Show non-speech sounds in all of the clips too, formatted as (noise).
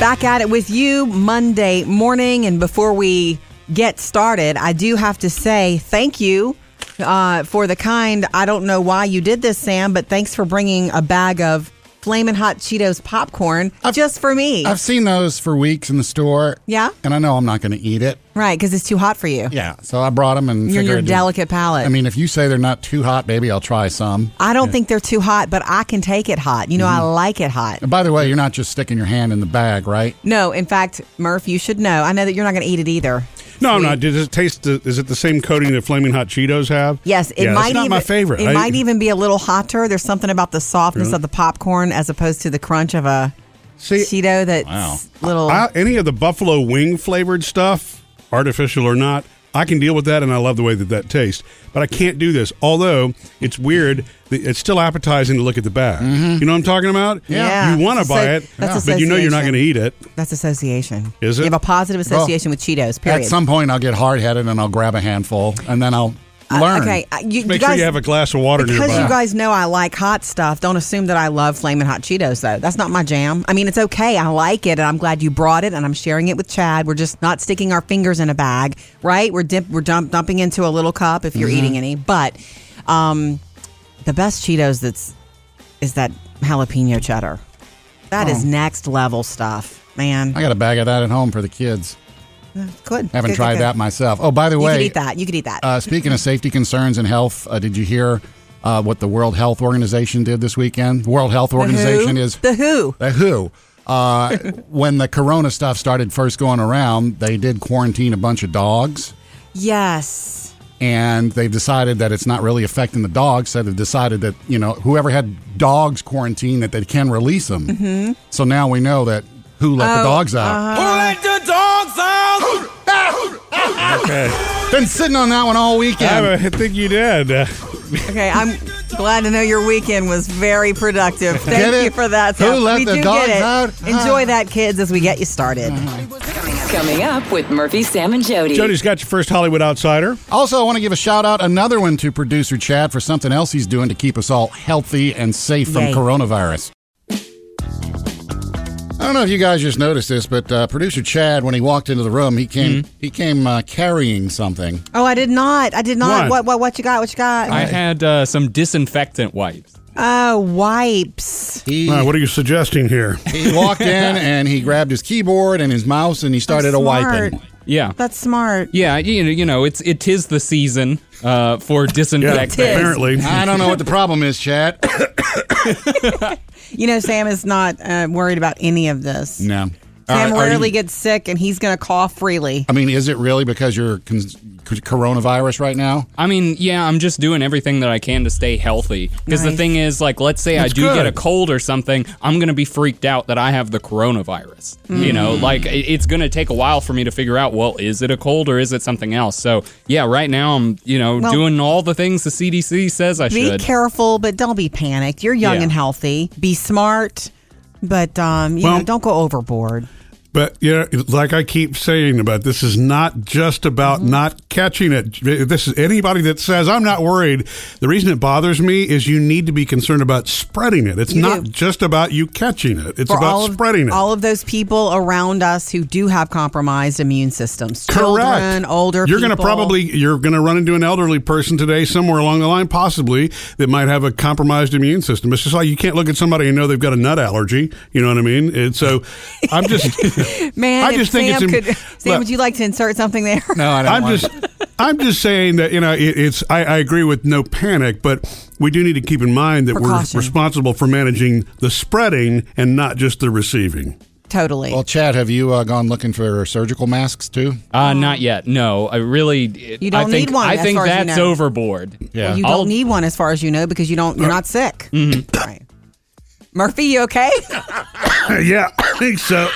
Back at it with you Monday morning. And before we get started, I do have to say thank you uh, for the kind. I don't know why you did this, Sam, but thanks for bringing a bag of flaming hot Cheetos popcorn I've- just for me. I've seen those for weeks in the store. Yeah? And I know I'm not going to eat it. right, because it's too hot for you. Yeah. So I brought them and You're figured. your delicate palate. I mean, if you say they're not too hot, maybe I'll try some. I don't think they're too hot, but I can take it hot. You know, I Mm-hmm. like it hot. And by the way, you're not just sticking your hand in the bag, right? No, in fact, Murph, you should know. I know that you're not going to eat it either. No, I'm not. Does it taste? The, is it the same coating that Flaming Hot Cheetos have? Yes, it yeah, might It's not even, my favorite. It I- might even be a little hotter. There's something about the softness of the popcorn as opposed to the crunch of a see Cheeto that's Wow. little. I, any of the buffalo wing flavored stuff, artificial or not. I can deal with that, and I love the way that that tastes. But I can't do this. Although it's weird, the- it's still appetizing to look at the bag. You know what I'm talking about? Mm-hmm. Yeah. You want to So- buy it, that's but you know you're not association. going to eat it. that's association. Is You have it? a positive association with Cheetos. Period. At some point, I'll get hard headed and I'll grab a handful and then I'll Uh, learn. okay, uh, you, Make you guys, sure you have a glass of water because nearby. you guys know I like hot stuff. Don't assume that I love flaming hot Cheetos though. That's not my jam. I mean, it's okay. I like it, and I'm glad you brought it, and I'm sharing it with Chad. We're just not sticking our fingers in a bag, right? We're dip, we're dump, dumping into a little cup if you're Mm-hmm. eating any. But um, the best Cheetos that's is that jalapeno cheddar. That is next level stuff, man. Oh. I got a bag of that at home for the kids. Good. Haven't Good, tried good, good. that myself. Oh, by the You way, could eat that. You could eat that. Uh, speaking of safety concerns and health, uh, did you hear uh, what the World Health Organization did this weekend? World Health The who? Organization is the who. the WHO. Uh, when the corona stuff started first going around, they did quarantine a bunch of dogs, Yes. and they've decided that it's not really affecting the dogs. So they've decided that you know whoever had dogs quarantined that they can release them. Mm-hmm. So now we know that who let the dogs out. Who let the dogs out? (laughs) okay. Been sitting on that one all weekend. I think you did. Uh, Okay, I'm glad to know your weekend was very productive. Thank Get it? you for that. Who let we the do dogs get it. out? Uh-huh. Enjoy that, kids, as we get you started. Coming up with Murphy, Sam, and Jody. Jody's got your first Hollywood outsider. Also, I want to give a shout out another one to producer Chad for something else he's doing to keep us all healthy and safe from Yay. coronavirus. I don't know if you guys just noticed this, but uh, producer Chad, when he walked into the room, he came he came uh, carrying something. Oh, I did not. I did not. One. What, what? What you got? What you got? I had uh, some disinfectant wipes. oh, wipes. He, Uh, what are you (laughs) suggesting here? he walked in and he grabbed his keyboard and his mouse and he started a wiping. Smart. Yeah. That's smart. yeah, you know, you know, it's it is the season uh, (laughs) for disinfectant. Tis. apparently. I don't know what the problem is, Chad. You know, Sam is not uh, worried about any of this. no. All right, Sam are rarely you- gets sick, and he's going to cough freely. I mean, is it really because you're con- coronavirus right now? I mean, yeah, I'm just doing everything that I can to stay healthy. Because Nice. the thing is, like, let's say That's I do good. get a cold or something, I'm gonna be freaked out that I have the coronavirus. You know, Mm. like it- it's gonna take a while for me to figure out, well, is it a cold or is it something else? So yeah, right now I'm, you know, Well- doing all the things the CDC says I Be should. careful, but don't be panicked. You're young Yeah. and healthy. Be smart, but um, you Well- know, don't go overboard. But yeah, like I keep saying about this is not just about Mm-hmm. not catching it. This is anybody that says I'm not worried. The reason it bothers me is you need to be concerned about spreading it. It's You not do. just about you catching it. It's for all about of, spreading it. all of those people around us who do have compromised immune systems. Children, older You're people. to probably you're going to run into an elderly person today somewhere along the line possibly that might have a compromised immune system. It's just like you can't look at somebody and know they've got a nut allergy, you know what I mean? And so I'm (laughs) just Man, I if just think Sam it's im- could, (laughs) Sam, Look. would you like to insert something there? No, I don't I'm want just, I'm just saying that you know it, it's. I, I agree with no panic, but we do need to keep in mind that Precaution. we're responsible for managing the spreading and not just the receiving. (laughs) Totally. Well, Chad, have you uh, gone looking for surgical masks too? Uh, not yet. No, I really. it- You don't I think, need one, I as think far as you that's know. overboard. Yeah. you I'll- don't need one as far as you know because you don't you're not sick. Mm-hmm. Right. Murphy, you okay? (laughs) Uh, yeah, (coughs) I think so.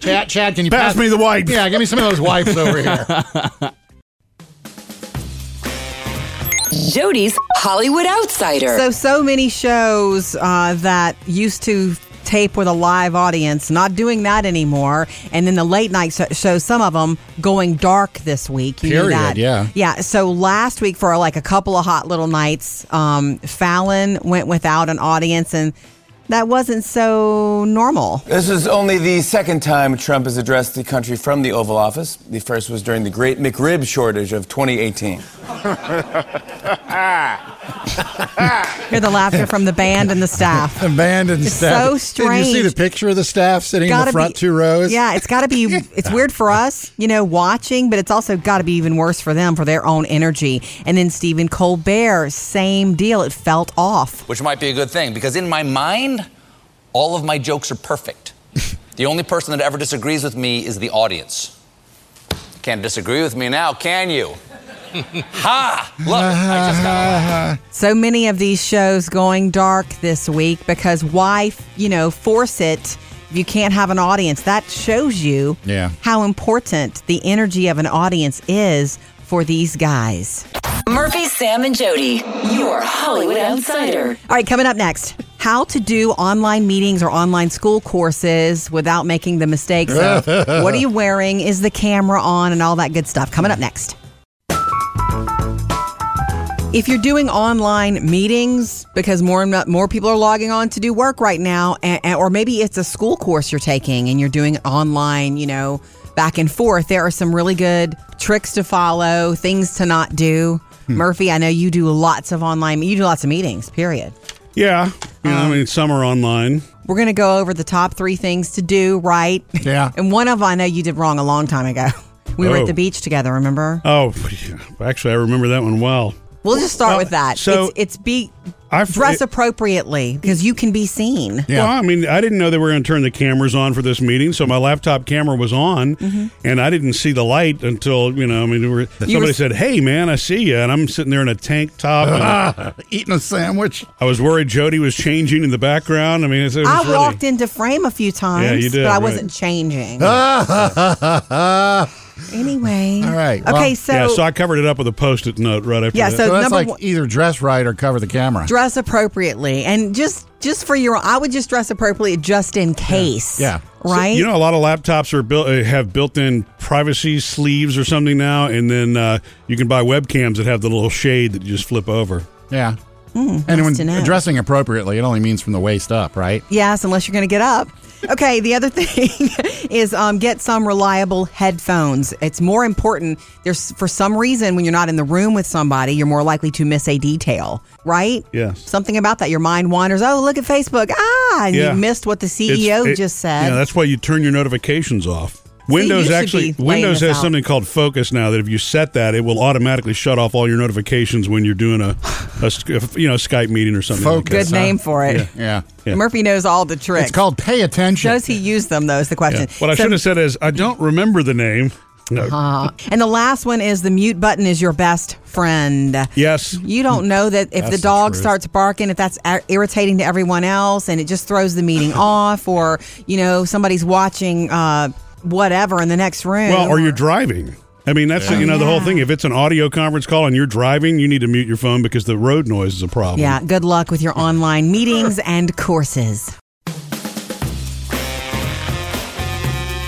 Chad, Chad, can you Pass me the wipes. Yeah, give me some of those wipes over here. Jody's Hollywood Outsider. so so many shows uh, that used to tape with a live audience not doing that anymore and then the late night so- shows some of them going dark this week you knew Period, that. yeah. yeah so last week for like a couple of hot little nights um, fallon went without an audience and that wasn't so normal. This is only the second time Trump has addressed the country from the Oval Office. The first was during the great McRib shortage of 2018. Hear the laughter from the band and the staff. (laughs) Abandoned It's staff. so Did you see strange. the picture of the staff sitting in the front be, two rows? Yeah, it's got to (laughs) be. It's weird for us, you know, watching, but it's also got to be even worse for them for their own energy. And then Stephen Colbert, same deal. It felt off. which might be a good thing because in my mind, all of my jokes are perfect. the only person that ever disagrees with me is the audience. Can't disagree with me now, can you? ha! Look, I just got a laugh. So many of these shows going dark this week because why, you know, force it if you can't have an audience? That shows you Yeah. how important the energy of an audience is for these guys. Murphy, Sam, and Jody, your Hollywood outsider. All right, coming up next, how to do online meetings or online school courses without making the mistakes of what are you wearing, is the camera on, and all that good stuff. Coming up next. If you're doing online meetings, because more and mo- more people are logging on to do work right now, and, and- or maybe it's a school course you're taking and you're doing it online, you know, back and forth, there are some really good tricks to follow, things to not do. Murphy, I know you do lots of online, you do lots of meetings, period. Yeah. You know, I mean, some are online. We're going to go over the top three things to do right. Yeah. (laughs) and one of I know you did wrong a long time ago. We were Oh. at the beach together, remember? Oh, yeah. actually, I remember that one well. We'll just start Well, with that. so- it's, it's be I dress appropriately because you can be seen. Yeah. Well, I mean, I didn't know they were going to turn the cameras on for this meeting, so my laptop camera was on, Mm-hmm. and I didn't see the light until you know. I mean, we were, somebody were- said, "Hey, man, I see you," and I'm sitting there in a tank top. and Eating a (laughs) sandwich. I was worried Jody was changing in the background. I mean, it's, it was I really, walked into frame a few times, you did, but I right. wasn't changing. yeah, anyway. All right, Okay, well- so yeah. So I covered it up with a post-it note right after. Yeah, that. so- so that's number like one- either dress right or cover the camera. dress appropriately and just just for your I would just dress appropriately just in case. Yeah. Right? You know, a lot of laptops are built uh, have built-in privacy sleeves or something now, and then uh, you can buy webcams that have the little shade that you just flip over. yeah. Hmm, and to know. when dressing appropriately, it only means from the waist up, right? Yes, unless you're going to get up. Okay, the other (laughs) thing is um, get some reliable headphones. It's more important. There's for some reason when you're not in the room with somebody, you're more likely to miss a detail, right? Yes. Something about that. Your mind wanders. Oh, look at Facebook. Ah, and Yeah. you missed what the It's- CEO it- just said. Yeah, that's why you turn your notifications off. Windows you should actually be laying Windows this has out. something called focus now that if you set that it will automatically shut off all your notifications when you're doing a, a (laughs) s- you know Skype meeting or something. like Focus. Good name for it. Yeah. (laughs) Yeah. Murphy knows all the tricks. It's called pay attention. Does he use them? Though is the that. question. Yeah. What I So- Uh-huh. should have said is I don't remember the name. No. And the last one is the mute button is your best friend. Yes. You don't know that if the That's the dog truth. starts barking, if that's ir- irritating to everyone else and it just throws the meeting off, or, you know, somebody's watching uh, whatever in the next room. Well, or you're driving. I mean, that's you know the whole thing. If it's an audio conference call and you're driving, you need to mute your phone because the road noise is a problem. Yeah, good luck with your online meetings and courses.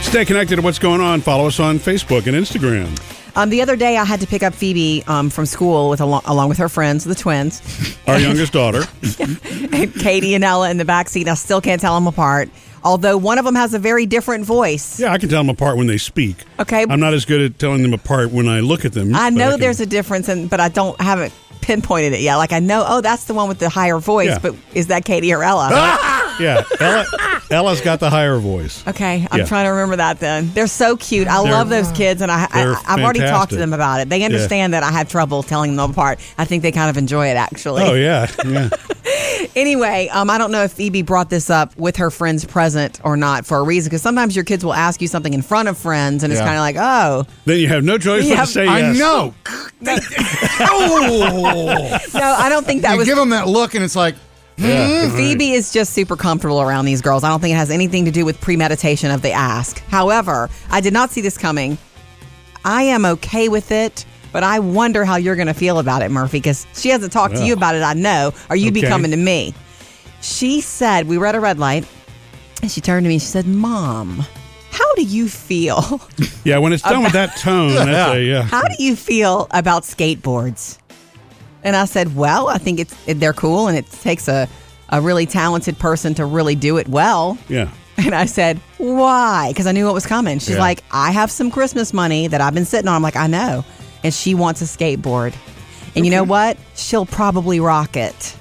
Stay connected to what's going on. Follow us on Facebook and Instagram. Um, the other day, I had to pick up Phoebe um, from school with along, along with her friends, the twins, (laughs) Our youngest daughter. and Katie and Ella in the back seat. I still can't tell them apart, although one of them has a very different voice. Yeah, I can tell them apart when they speak. Okay. I'm not as good at telling them apart when I look at them. I but know can- there's a difference, and but I don't I haven't pinpointed it yet. Like I know, oh, that's the one with the higher voice, Yeah. Ah! but is that Katie or Ella? (laughs) Yeah, Ella, Ella's got the higher voice. okay, I'm Yeah. trying to remember that. Then they're so cute. I They're- love those kids, and I, I they're I've already talked to fantastic. them about it. They understand that I have trouble telling them apart. I think they kind of enjoy it actually. Oh yeah, yeah. Anyway, um, I don't know if Phoebe brought this up with her friends present or not for a reason, because sometimes your kids will ask you something in front of friends, and it's Yeah. kind of like, oh. then you have no choice but Yeah, to say I (laughs) yes. know. oh. No, I don't think that (laughs) you was give them that look, and it's like, And Mm-hmm. Phoebe is just super comfortable around these girls. I don't think it has anything to do with premeditation of the ask. However, I did not see this coming. I am okay with it, but I wonder how you're going to feel about it, Murphy, because she hasn't talked to you about it, I know, or you'd be Okay. coming to me. She said, We were at a red light, and she turned to me and she said, Mom, how do you feel? (laughs) Yeah, when it's done with that tone, that's a, yeah. How do you feel about skateboards? And I said, Well, I think it's they're cool, and it takes a a really talented person to really do it well. Yeah. And I said, why? Because I knew what was coming. She's Yeah. like, I have some Christmas money that I've been sitting on. I'm like, I know. And she wants a skateboard. And you know what? She'll probably rock it.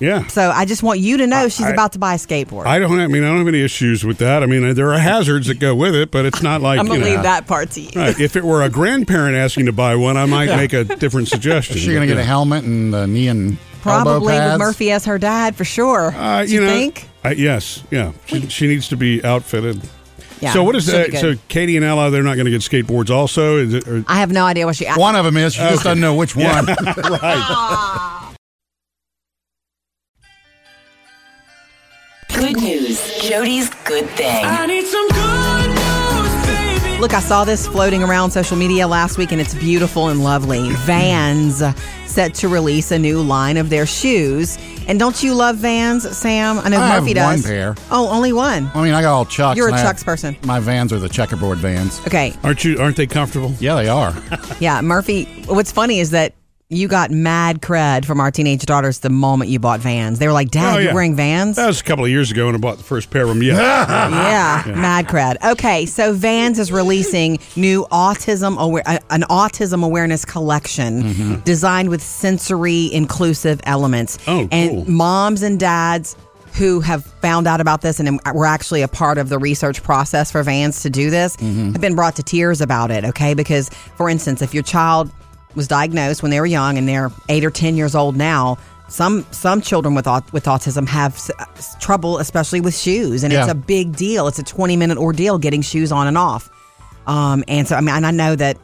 Yeah. So I just want you to know she's I- about to buy a skateboard. I don't. I mean, I don't have any issues with that. I mean, uh, there are hazards that go with it, but it's not like I'm going you to know, leave that part to you. Right. If it were a grandparent asking to buy one, I might make a different suggestion. Is she going to but, get a yeah. helmet and the knee and elbow Probably with pads? Murphy as her dad for sure. Uh, Do you know, think? I, yes, yeah. She, she needs to be outfitted. Yeah, so what is she'll be that? So good. Katie and Ella, they're not going to get skateboards. Also, is it, or, I have no idea what she. One of them is. She just doesn't know which one. Good news. Jody's good thing. Look, I saw this floating around social media last week and it's beautiful and lovely. Vans set to release a new line of their shoes. And don't you love Vans, Sam? I know I have Murphy one does. pair. Oh, only one. I mean, I got all Chucks. You're a and I Chucks have- person. My vans are the checkerboard vans. Okay. aren't you? Aren't they comfortable? Yeah, they are. Yeah, Murphy, what's funny is that you got mad cred from our teenage daughters the moment you bought Vans. They were like, "Dad, Oh, yeah. you're wearing Vans?" That was a couple of years ago, and I bought the first pair of them. (laughs) Yeah. yeah, mad cred. Okay, so Vans is releasing new autism aware, uh, an autism awareness collection Mm-hmm. designed with sensory inclusive elements. Oh, and cool. moms and dads who have found out about this and were actually a part of the research process for Vans to do this have been brought to tears about it. Okay, because for instance, if your child was diagnosed when they were young and they're eight or ten years old now. Some some children with au- with autism have s- uh, s- trouble, especially with shoes, and it's Yeah. a big deal. It's a 20 minute ordeal getting shoes on and off. Um, and so, I mean, and I know that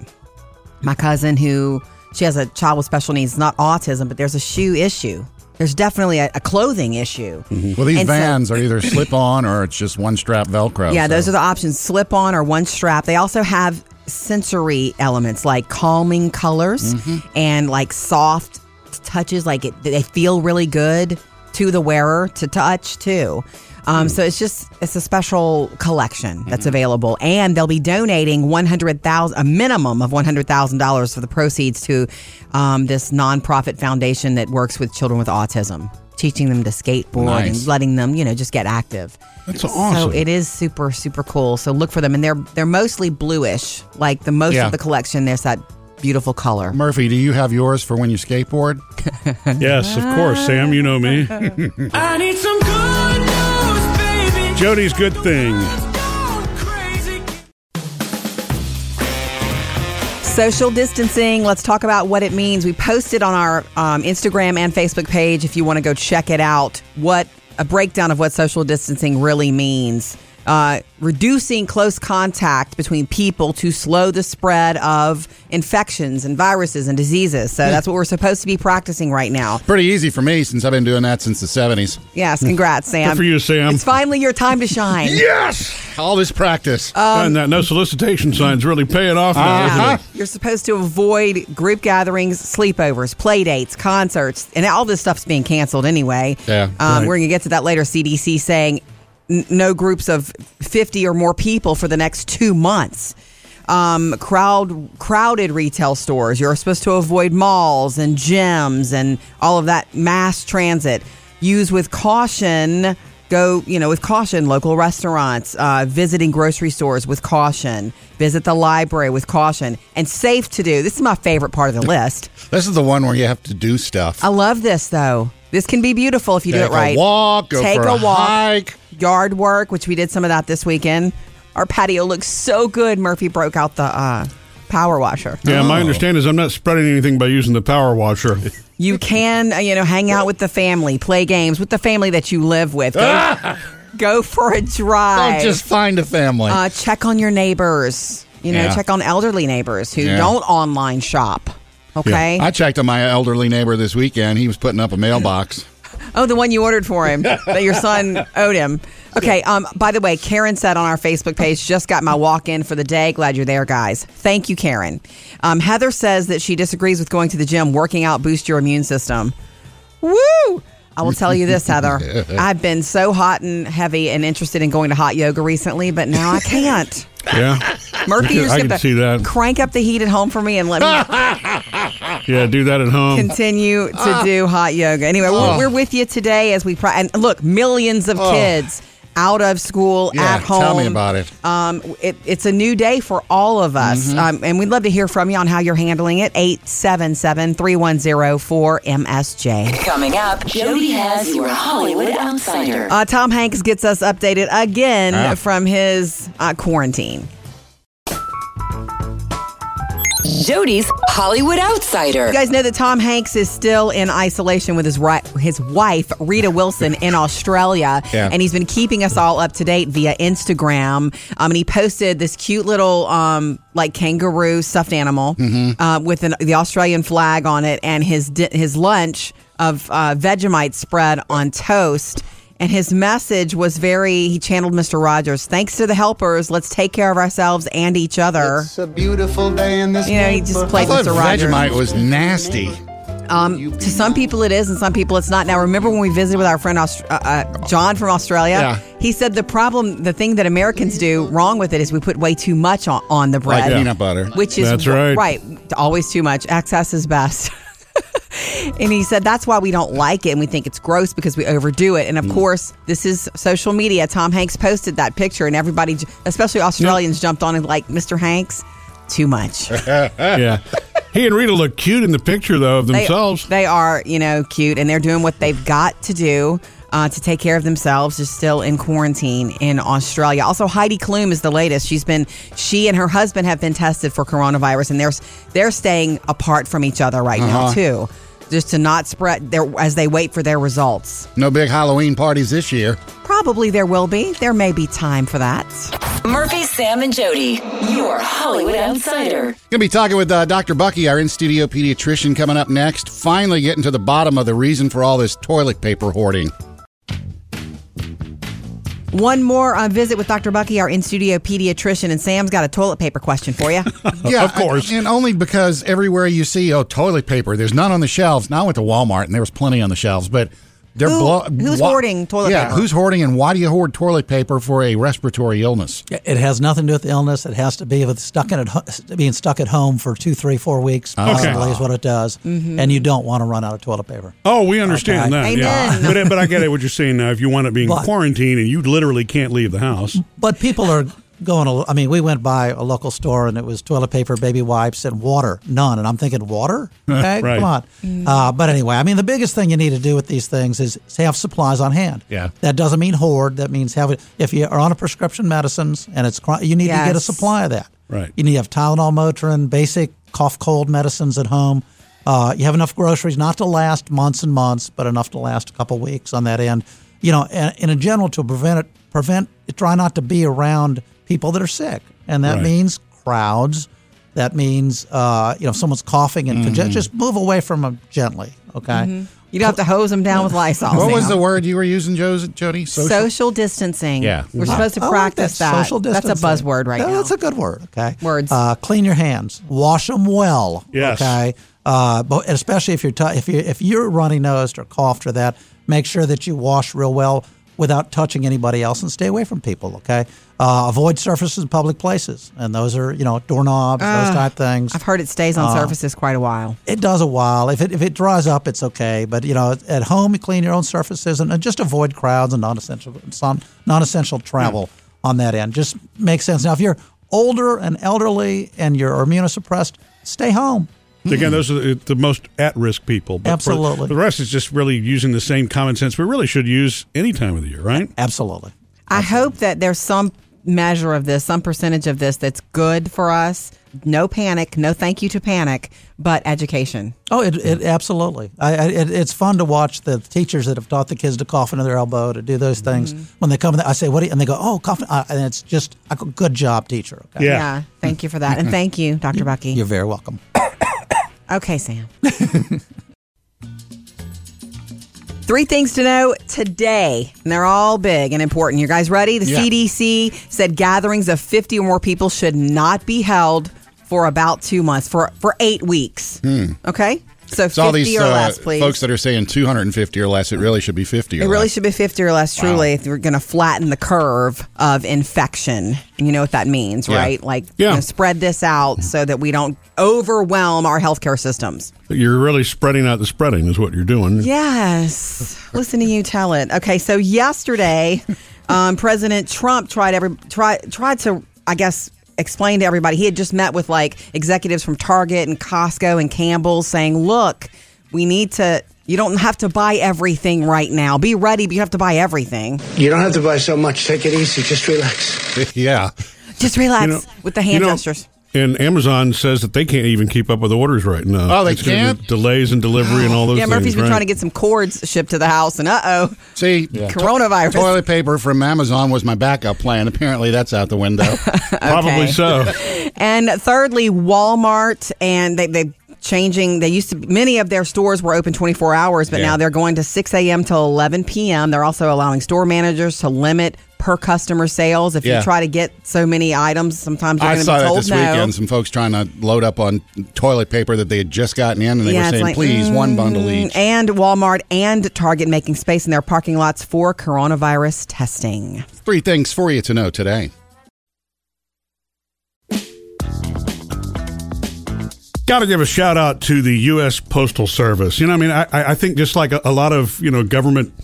my cousin who she has a child with special needs, not autism, but there's a shoe issue. There's definitely a, a clothing issue. Well, these And so- vans are either slip on or it's just one strap Velcro. Yeah, so- those are the options slip on or one strap. They also have sensory elements like calming colors and like soft touches, like it, they feel really good to the wearer to touch too. Um, So it's just it's a special collection that's available, and they'll be donating one hundred thousand, a minimum of one hundred thousand dollars for the proceeds to um, this nonprofit foundation that works with children with autism, teaching them to skateboard and Nice. letting them, you know, just get active. That's awesome. So it is super super cool. So look for them, and they're they're mostly bluish. Like the most Yeah. of the collection, there's that beautiful color. Murphy, do you have yours for when you skateboard? yes, of course, Sam. You (laughs) know me. I need some good news, baby. Jody's good thing. Social distancing. Let's talk about what it means. We posted on our um, Instagram and Facebook page if you want to go check it out. What a breakdown of what social distancing really means. Uh, reducing close contact between people to slow the spread of infections and viruses and diseases. Hmm. So that's what we're supposed to be practicing right now. Pretty easy for me since I've been doing that since the 70s. Yes, congrats, Sam. Hmm. for you, Sam. It's finally your time to (laughs) shine. Yes. All this practice. Uh, Um, Uh-huh. and that no solicitation signs really paying off now. isn't it? Yeah. You're supposed to avoid group gatherings, sleepovers, play dates, concerts, and all this stuff's being canceled anyway. Yeah, Um, We're going to get to that later. CDC saying n- no groups of 50 or more people for the next two months. Um, crowd crowded retail stores. You're supposed to avoid malls and gyms and all of that mass transit. Use with caution. Go, you know, with caution. Local restaurants, uh, visiting grocery stores with caution. Visit the library with caution. And safe to do. This is my favorite part of the list. this is the one where you have to do stuff. I love this though. This can be beautiful if you do Take it right. a walk, go Take for a a walk. hike. Yard work, which we did some of that this weekend. Our patio looks so good. Murphy broke out the uh, power washer. Yeah, my understanding is I'm not spreading anything by using the power washer. You can, uh, you know, hang out with the family, play games with the family that you live with. Go, go for a drive. Ah! Don't just find a family. uh, check on your neighbors. You know, Yeah. check on elderly neighbors who Yeah. don't online shop. Okay. I checked on my elderly neighbor this weekend. He was putting up a mailbox. Oh, the one you ordered for him that your (laughs) son owed him. Okay. Um. By the way, Karen said on our Facebook page, "Just got my walk in for the day. Glad you're there, guys. Thank you, Karen." Um, Heather says that she disagrees with going to the gym. Working out boosts your immune system. Woo! I will tell you this, (laughs) Heather. I've been so hot and heavy and interested in going to hot yoga recently, but now I can't. (laughs) yeah. Murphy, you're I just can gonna see that. (laughs) crank up the heat at home for me and let me Yeah, do that at home. continue to Ah. do hot yoga. Anyway, we're, we're with you today as we pro- and look, millions of kids out of school Ah. Yeah, at home. tell me about it. Um, it, it's a new day for all of us, Mm-hmm. um, and we'd love to hear from you on how you're handling it. 877-310-4MSJ. Coming up, Jody has your Hollywood Outsider. Uh, Tom Hanks gets us updated again Ah. from his uh, quarantine. Jody's Hollywood Outsider. You guys know that Tom Hanks is still in isolation with his ri- his wife Rita Wilson in Australia, Yeah. and he's been keeping us all up to date via Instagram. Um, and he posted this cute little um like kangaroo stuffed animal Mm-hmm. uh, with an, the Australian flag on it, and his di- his lunch of uh, Vegemite spread on toast. And his message was very, he channeled Mr. Rogers. Thanks to the helpers, let's take care of ourselves and each other. It's a beautiful day in this You know, he just neighborhood. played I thought Mr. Rogers. Vegemite was nasty. Um, to some people it is, and some people it's not. Now, remember when we visited with our friend Aust- uh, uh, John from Australia? Yeah. He said the problem, the thing that Americans do wrong with it is we put way too much on, on the bread, Like peanut butter. which is That's right. right, always too much. Excess is best. (laughs) And he said that's why we don't like it and we think it's gross because we overdo it. And Mm. of course, this is social media. Tom Hanks posted that picture, and everybody, j- especially Australians, jumped on and like, Mr. Hanks, too much. yeah. He and Rita look cute in the picture, though, of they- themselves. They, are, you know, cute, and they're doing what they've got to do uh, to take care of themselves. Just still in quarantine in Australia. Also, Heidi Klum is the latest. She's been she and her husband have been tested for coronavirus, and they're they're staying apart from each other right Uh-huh. now too, just to not spread their as they wait for their results. No big Halloween parties this year. Probably there will be. There may be time for that. Murphy, Sam, and Jody, your Hollywood Outsider. Gonna be talking with uh, Dr. Bucky, our in studio pediatrician, coming up next. Finally, getting to the bottom of the reason for all this toilet paper hoarding. One more uh, visit with Dr. Bucky, our in studio pediatrician, and Sam's got a toilet paper question for you. Yeah, Of course. and- and only because everywhere you see, oh, toilet paper, there's none on the shelves. Now I went to Walmart and there was plenty on the shelves, but they're Who- blo- who's hoarding toilet yeah, paper? who's hoarding and why do you hoard toilet paper for a respiratory illness? It has nothing to do with illness. It has to be with stuck in at ho- being stuck at home for two, three, four weeks. Possibly is what it does, Mm-hmm. and you don't want to run out of toilet paper. Oh, we understand Okay. that. Amen. Yeah. But, but I get it, what you're saying now. If you wind up being But- quarantined and you literally can't leave the house, But people are going. a- I mean, we went by a local store and it was toilet paper, baby wipes, and water. None. And I'm thinking, water? Okay, Right. come on. Uh, but anyway, I mean, the biggest thing you need to do with these things is have supplies on hand. Yeah. That doesn't mean hoard. That means have it. If you are on a prescription medicines and it's chron- (laughs) you need to get a Yes. supply of that. Right. You need to have Tylenol, Motrin, basic cough, cold medicines at home. Uh, you have enough groceries not to last months and months, but enough to last a couple weeks on that end. You know, and, and in general, to prevent it, prevent try not to be around people that are sick, and that Right. means crowds. That means uh, you know if someone's coughing and Mm-hmm. conge- just move away from them gently. Okay. Mm-hmm. You don't have to hose them down with Lysol. What was Sam. the word you were using, Jos- Jody? social, distancing? Yeah. we're supposed to I like practice that. Social That's a distancing. buzzword right Yeah, now. That's a good word. Okay. Words. Uh, clean your hands. Wash them well. Yes. Okay. Uh, but especially if you're t- if you if you're runny nosed or coughed or that, make sure that you wash real well without touching anybody else and stay away from people. Okay. Uh, avoid surfaces in public places, and those are you know doorknobs, those type things. I've heard it stays uh, on surfaces quite a while. It does a while. If it if it dries up, it's okay. But you know, at home, you clean your own surfaces and, and just avoid crowds and non-essential non-essential travel on that end. Just makes sense. Now, if you're older and elderly and you're immunosuppressed, stay home. Hmm. again, those are the, the most at risk people. But for- Absolutely. the rest is just really using the same common sense we really should use any time of the year, right? Absolutely. I hope that there's some measure of this, some percentage of this that's good for us. No panic, no thank you to panic, but education. Oh, it, it absolutely. I, I, it, it's fun to watch the teachers that have taught the kids to cough into their elbow to do those things. When they come, in, I say, "What?" Do you, and they go, "Oh, cough!" Uh, and it's just, I go, "Good job, teacher." Okay. Yeah. thank you for that, and thank you, Dr. Bucky. You're very welcome. Okay, Sam. (laughs) Three things to know today, and they're all big and important. You guys ready? The Yeah. CDC said gatherings of 50 or more people should not be held for about two months, for, for eight weeks. Okay? So Hmm. It's all 50 these or uh, less, please. folks that are saying 250 or less. It really should be 50 or It really less. should be 50 or less, truly, if you're going to flatten the curve of infection. And you know what that means, Yeah. right? Like, Yeah. you know, spread this out so that we don't overwhelm our healthcare systems. You're really spreading out the spreading, is what you're doing. Yes. Listen to you tell it. Okay, so yesterday, um, President Trump tried every tried tried to, I guess, explain to everybody. He had just met with like executives from Target and Costco and Campbell's, saying, "Look, we need to. You don't have to buy everything right now. Be ready, but you have to buy everything. You don't have to buy so much. Take it easy. Just relax. (laughs) yeah. Just relax You know- with the hand you know, gestures." And Amazon says that they can't even keep up with orders right now. Oh, they It's 'cause of can't? Delays in delivery and all those Yeah, things. Murphy's been right? trying to get some cords shipped to the house, and uh oh, See, coronavirus. toilet paper from Amazon was my backup plan. Apparently, that's out (laughs) the window. Probably Okay. (laughs) so. And thirdly, Walmart and they they changing. They used to many of their stores were open 24 hours, but Yeah. now they're going to 6 a.m. till 11 p.m. They're also allowing store managers to limit per customer sales. If Yeah. you try to get so many items, sometimes you're I going to saw be that told this no. weekend. Some folks trying to load up on toilet paper that they had just gotten in, and they Yeah, were it's saying, like, mm. "Please, one bundle each." And Walmart and Target making space in their parking lots for coronavirus testing. Three things for you to know today. Got to give a shout out to the U.S. Postal Service. You know, I mean, I, I I think just like a, a lot of you know government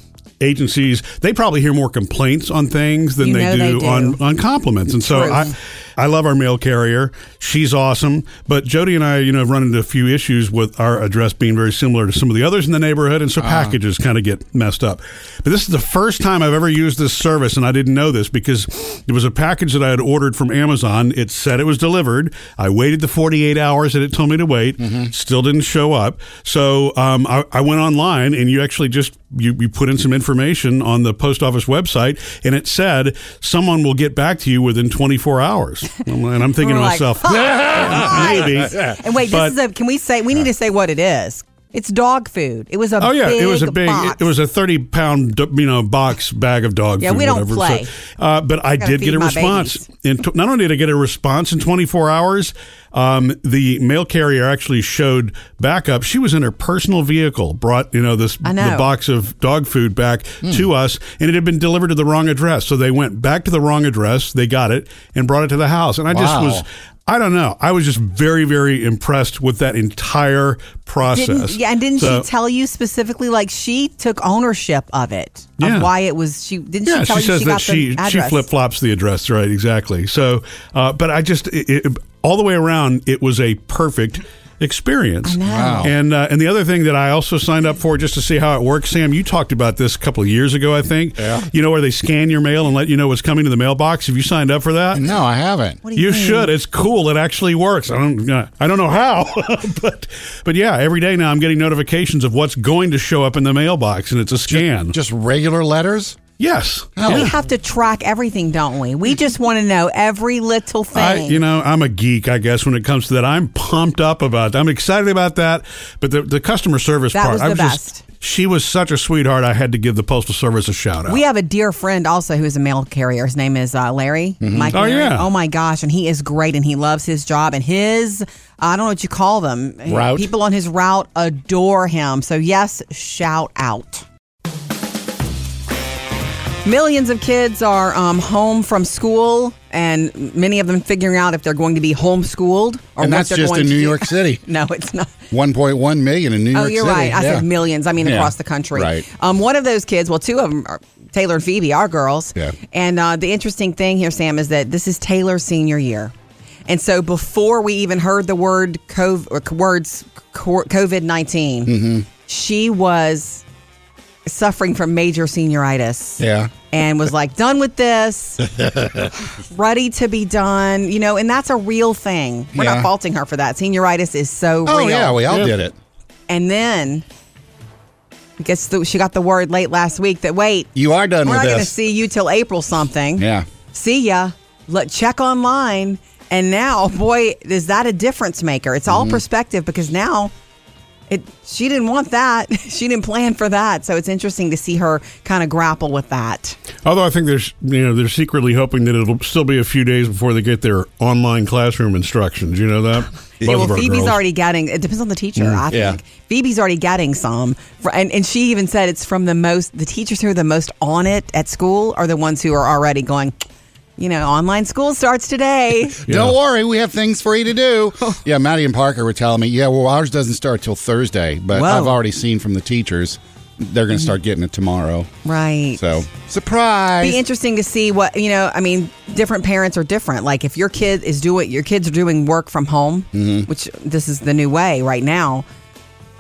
agencies, they probably hear more complaints on things than You they know do, they do. on on compliments. And so True. I I love our mail carrier. She's awesome. But Jody and I, you know, have run into a few issues with our address being very similar to some of the others in the neighborhood, and so Ah. packages kind of get messed up. But this is the first time I've ever used this service, and I didn't know this because there was a package that I had ordered from Amazon. It said it was delivered. I waited the 48 hours that it told me to wait. Mm-hmm. Still didn't show up. So um, I, I went online, and you actually just you, you put in some information on the post office website, and it said someone will get back to you within (laughs) 24 hours. And I'm thinking We're to like, myself, "Huh, (laughs) maybe. And wait, But- this is a. Can we say we need to say what it is? It's dog food. It was a. Oh yeah, big it was a big, Box. it was a thirty pound, d- you know, box bag of dog Yeah, food. we don't whatever. play. So, uh, but I gotta did get feed a my response. In t- not only did I get a response in twenty four hours, um, the mail carrier actually showed backup. She was in her personal vehicle, brought you know this I know. Hmm. the box of dog food back to us, and it had been delivered to the wrong address. So they went back to the wrong address, they got it, and brought it to the house. And I Wow. just was. I don't know. I was just very, very impressed with that entire process. Didn't, yeah, and didn't So- she tell you specifically? Like she took ownership of it, Yeah. of why it was. She didn't Yeah, she tell she you says she that got she the she address? flip flops the address, right? Exactly. So, uh, but I just it, it, all the way around, it was a perfect experience. Wow. And uh, and the other thing that I also signed up for just to see how it works, Sam, you talked about this a couple of years ago, I think. Yeah. You know where they scan your mail and let you know what's coming to the mailbox. Have you signed up for that? No, I haven't. What do You, mean? should. It's cool. It actually works. I don't. uh, I don't know how, (laughs) but but yeah. Every day now, I'm getting notifications of what's going to show up in the mailbox, and it's a scan. Just regular letters. yes. We have to track everything, don't we? We just want to know every little thing. I, you know, I'm a geek, I guess, when it comes to that. I'm pumped up about that. I'm excited about that. But the, the customer service That part, was I the was best. just, she was such a sweetheart. I had to give the Postal Service a shout out. We have a dear friend also who's a mail carrier. His name is uh, Larry. Mm-hmm. Mike Oh, Larry. yeah. Oh my gosh, and he is great, and he loves his job. And his I don't know what you call them Route? People on his route adore him. So yes, shout out. Millions of kids are um, home from school, and many of them figuring out if they're going to be homeschooled or what And that's they're just going in to New do. (laughs) York City. No, it's not. 1.1 million in New York Oh, you're City. right. I Yeah. said millions. I mean, Yeah. across the country. Right. Um, one of those kids, well, two of them are Taylor and Phoebe, our girls. Yeah. And uh, the interesting thing here, Sam, is that this is Taylor's senior year. And so before we even heard the word COVID, or words COVID 19, Mm-hmm. she was suffering from major senioritis Yeah. and was like done with (laughs) this ready to be done you know and that's a real thing we're Yeah. not faulting her for that senioritis is so Oh real yeah, we all Yeah. did it. and then I guess the, she got the word late last week that wait, You are done we're with not going to this. see you till April something. Yeah. See ya. Look, check (laughs) Mm-hmm. online. And now, boy, is that a difference maker? It's all perspective because now it she didn't want that. (laughs) she didn't plan for that. So it's interesting to see her kind of grapple with that. Although I think there's, you know, they're secretly hoping that it'll still be a few days before they get their online classroom instructions. You know that? Both (laughs) yeah, of well, our Phoebe's girls. already getting. It depends on the teacher. Mm, I yeah. think Phoebe's already getting some, For- and and she even said it's from the most. The teachers who are the most on it at school are the ones who are already going. You know, online school starts (laughs) today. Don't worry, we have things for you to (laughs) do. yeah, Maddie and Parker were telling me, yeah, well, ours doesn't start till Thursday, but Whoa. Mm-hmm. I've already seen from the teachers they're going to start getting it tomorrow. Right. So surprise. Be interesting to see what you know. I mean, different parents are different. Like if your kid is doing your kids are doing work from home, Mm-hmm. which this is the new way right now.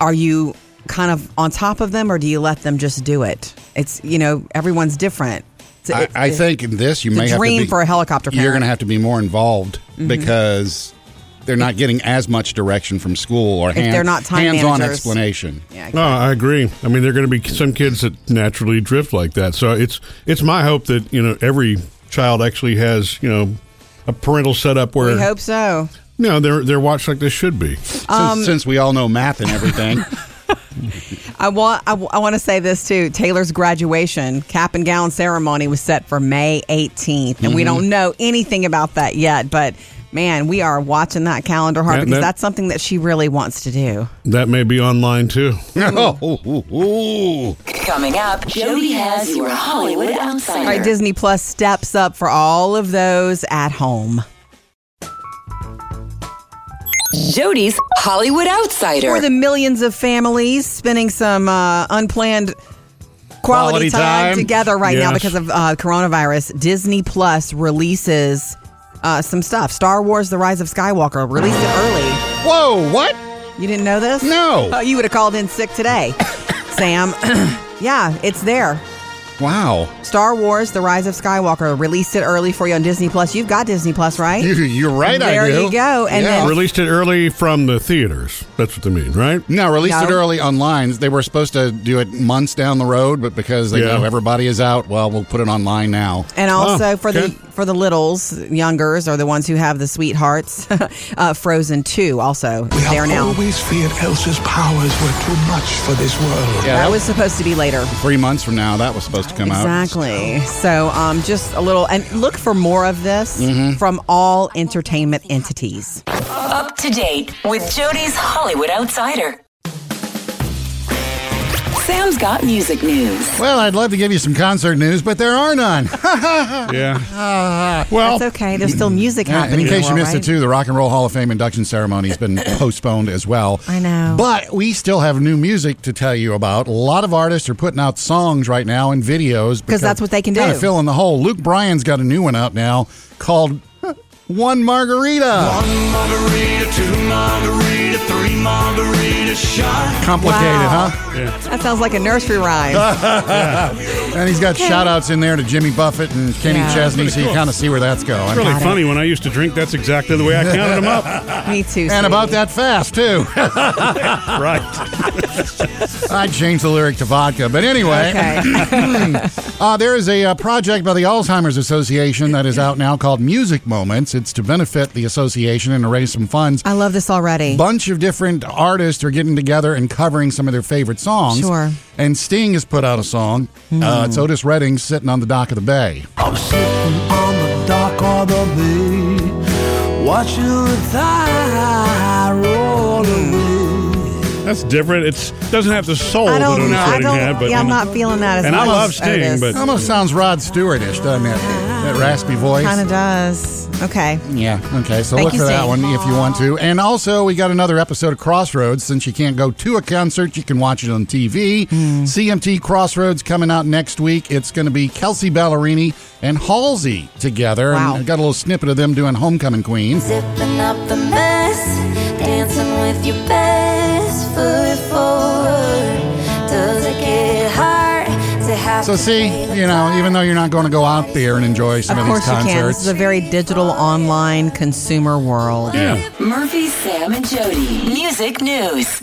Are you kind of on top of them, or do you let them just do it? It's you know everyone's different. It's- I, it- I think in this you it's a may have dream to be, for a helicopter parent. You're going to have to be more involved Mhm. because they're not getting as much direction from school or If they're not time hands-on managers. explanation. No, oh, I agree. I mean, there are going to be some kids that naturally drift like that. So it's it's my hope that you know every child actually has you know a parental setup where we hope so. you know they're they're watched like they should be. Um, since we all know math (laughs) and everything. I want I, want to say this too. Taylor's graduation cap and gown ceremony was set for May 18th, and we Mhm. don't know anything about that yet. But man, we are watching that calendar hard That- because that- that's something that she really wants to do. That may be online too. Oh, Coming up, Jody has your Hollywood All Outsider. right, Disney Plus steps up for all of those at home. Jody's Hollywood Outsider. For the millions of families spending some uh, unplanned quality, Quality time, time. together right now Yes. because of uh, coronavirus, Disney Plus releases uh, some stuff. Star Wars The Rise of Skywalker released it early. Whoa, what? You didn't know this? No. (laughs) Oh, you would have called in sick (coughs) today, Sam. (clears throat) yeah, it's there. Wow. Star Wars: The Rise of Skywalker released it early for you on Disney Plus. You've got Disney Plus, right? You're right, I There do. you go. And Yeah. then Released it early from the theaters. That's what they mean, right? No, released it No. early online. They were supposed to do it months down the road, but because they Yeah. know everybody is out, well, we'll put it online now. And also for the okay. for the littles, youngers are the ones who have the sweethearts. (laughs) uh, Frozen two also is there I now. always feared Elsa's powers were too much for this world. that was supposed to be later. Three months from now, that was supposed to come out. Exactly. So um, just a little and look for more of this Mm-hmm. from all entertainment entities. Up to date with Jody's Hollywood Outsider. Sam's got music news. Well, I'd love to give you some concert news, but there are none. yeah. well, that's okay. There's still music Oh. Yeah, and happening. in case you though, missed right? it too, the Rock and Roll Hall of Fame induction ceremony has been (coughs) postponed as well. I know. But we still have new music to tell you about. A lot of artists are putting out songs right now and videos that's what they can Kind do. of fill in the hole. Luke Bryan's got a new one out now called (laughs) One Margarita. margarita, two margarita, three margarita shot. Complicated, Wow. huh? That sounds like a nursery rhyme. Ah, And he's got Okay. shout outs in there to Jimmy Buffett and Kenny Yeah. Chesney, so you Cool. kind of see where that's going. It's really funny. When I used to drink, that's exactly the way I counted them up. (laughs) Me too. And about sweetie. that fast, (laughs) too. right. (laughs) I changed the lyric to vodka, but anyway. Okay. (laughs) uh, there is a uh, project by the Alzheimer's Association that is out now called Music Moments. It's to benefit the association and to raise some funds. I love this already. bunch of different artists are getting together and covering some of their favorite songs. Sure. And Sting has put out a song. Uh, it's Otis Redding sitting on the dock of the bay. I'm sitting on the dock of the bay, watching the tide roll away. That's different. It doesn't have the soul I that don't. Otis I Redding don't. had. But yeah, I'm not feeling that as And I much. love as Sting, Otis. but- Almost sounds Rod Stewartish, doesn't it? That raspy voice. Kind of does. Okay. Yeah. Okay. So Thank look you, for that Steve. one if you want to. And also, we got another episode of Crossroads. Since you can't go to a concert, you can watch it on TV. Hmm. CMT Crossroads coming out next week. It's going to be Kelsey Ballerini and Halsey together. Wow. And I got a little snippet of them doing Homecoming Queen. Zipping up the mess, dancing with your best foot forward. Does it get hard to have So to see, you know, even though you're not going to go out there and enjoy some Of of, course these you can. This concerts, is a very digital, online consumer world. Murphy, Sam, and Jody. Music news.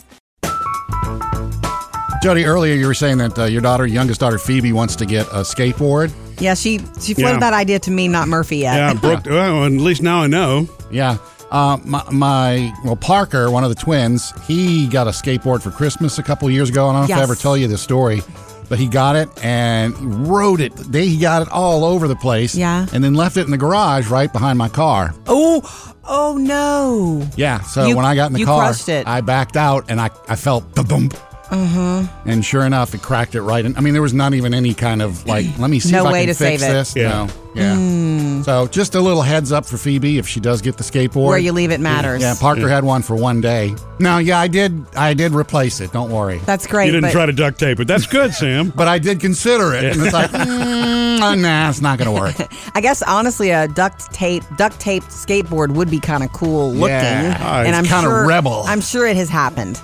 Jody, earlier you were saying that uh, your daughter, youngest daughter Phoebe, wants to get a skateboard. Yeah, she she floated Yeah. that idea to me, not Murphy yet. Yeah, Brooke. Well, at least now I know. Yeah. Uh, my, my, well, Parker, one of the twins, he got a skateboard for Christmas a couple years ago. I don't know if I Yes. ever tell you this story, but he got it and rode it. They he got it all over the place. Yeah. And then left it in the garage right behind my car. (laughs) Oh, oh no. Yeah. So You- when I got in the you car, crushed it. I backed out and I, I felt the bump. Uh huh. And sure enough, it cracked it right. in. I mean, there was not even any kind of like, let me see No if I way can to fix save it. this. Yeah. No. Yeah. So just a little heads up for Phoebe if she does get the skateboard. Where you leave it matters. Yeah. Parker Yeah. had one for one day. No, yeah, I did. I did replace it. Don't worry. That's great. You didn't but- try to duct tape it. That's good, Sam. but I did consider it, and it's like, mm, nah, it's not going to work. I guess honestly, a duct tape duct taped skateboard would be kind of cool looking, Yeah. Ah, it's and I'm kinda sure rebel. I'm sure it has happened.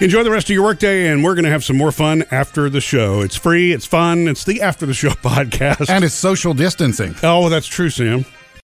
Enjoy the rest of your workday, and we're going to have some more fun after the show. It's free, it's fun, it's the After the Show (laughs) podcast. And it's social distancing. Oh, that's true, Sam.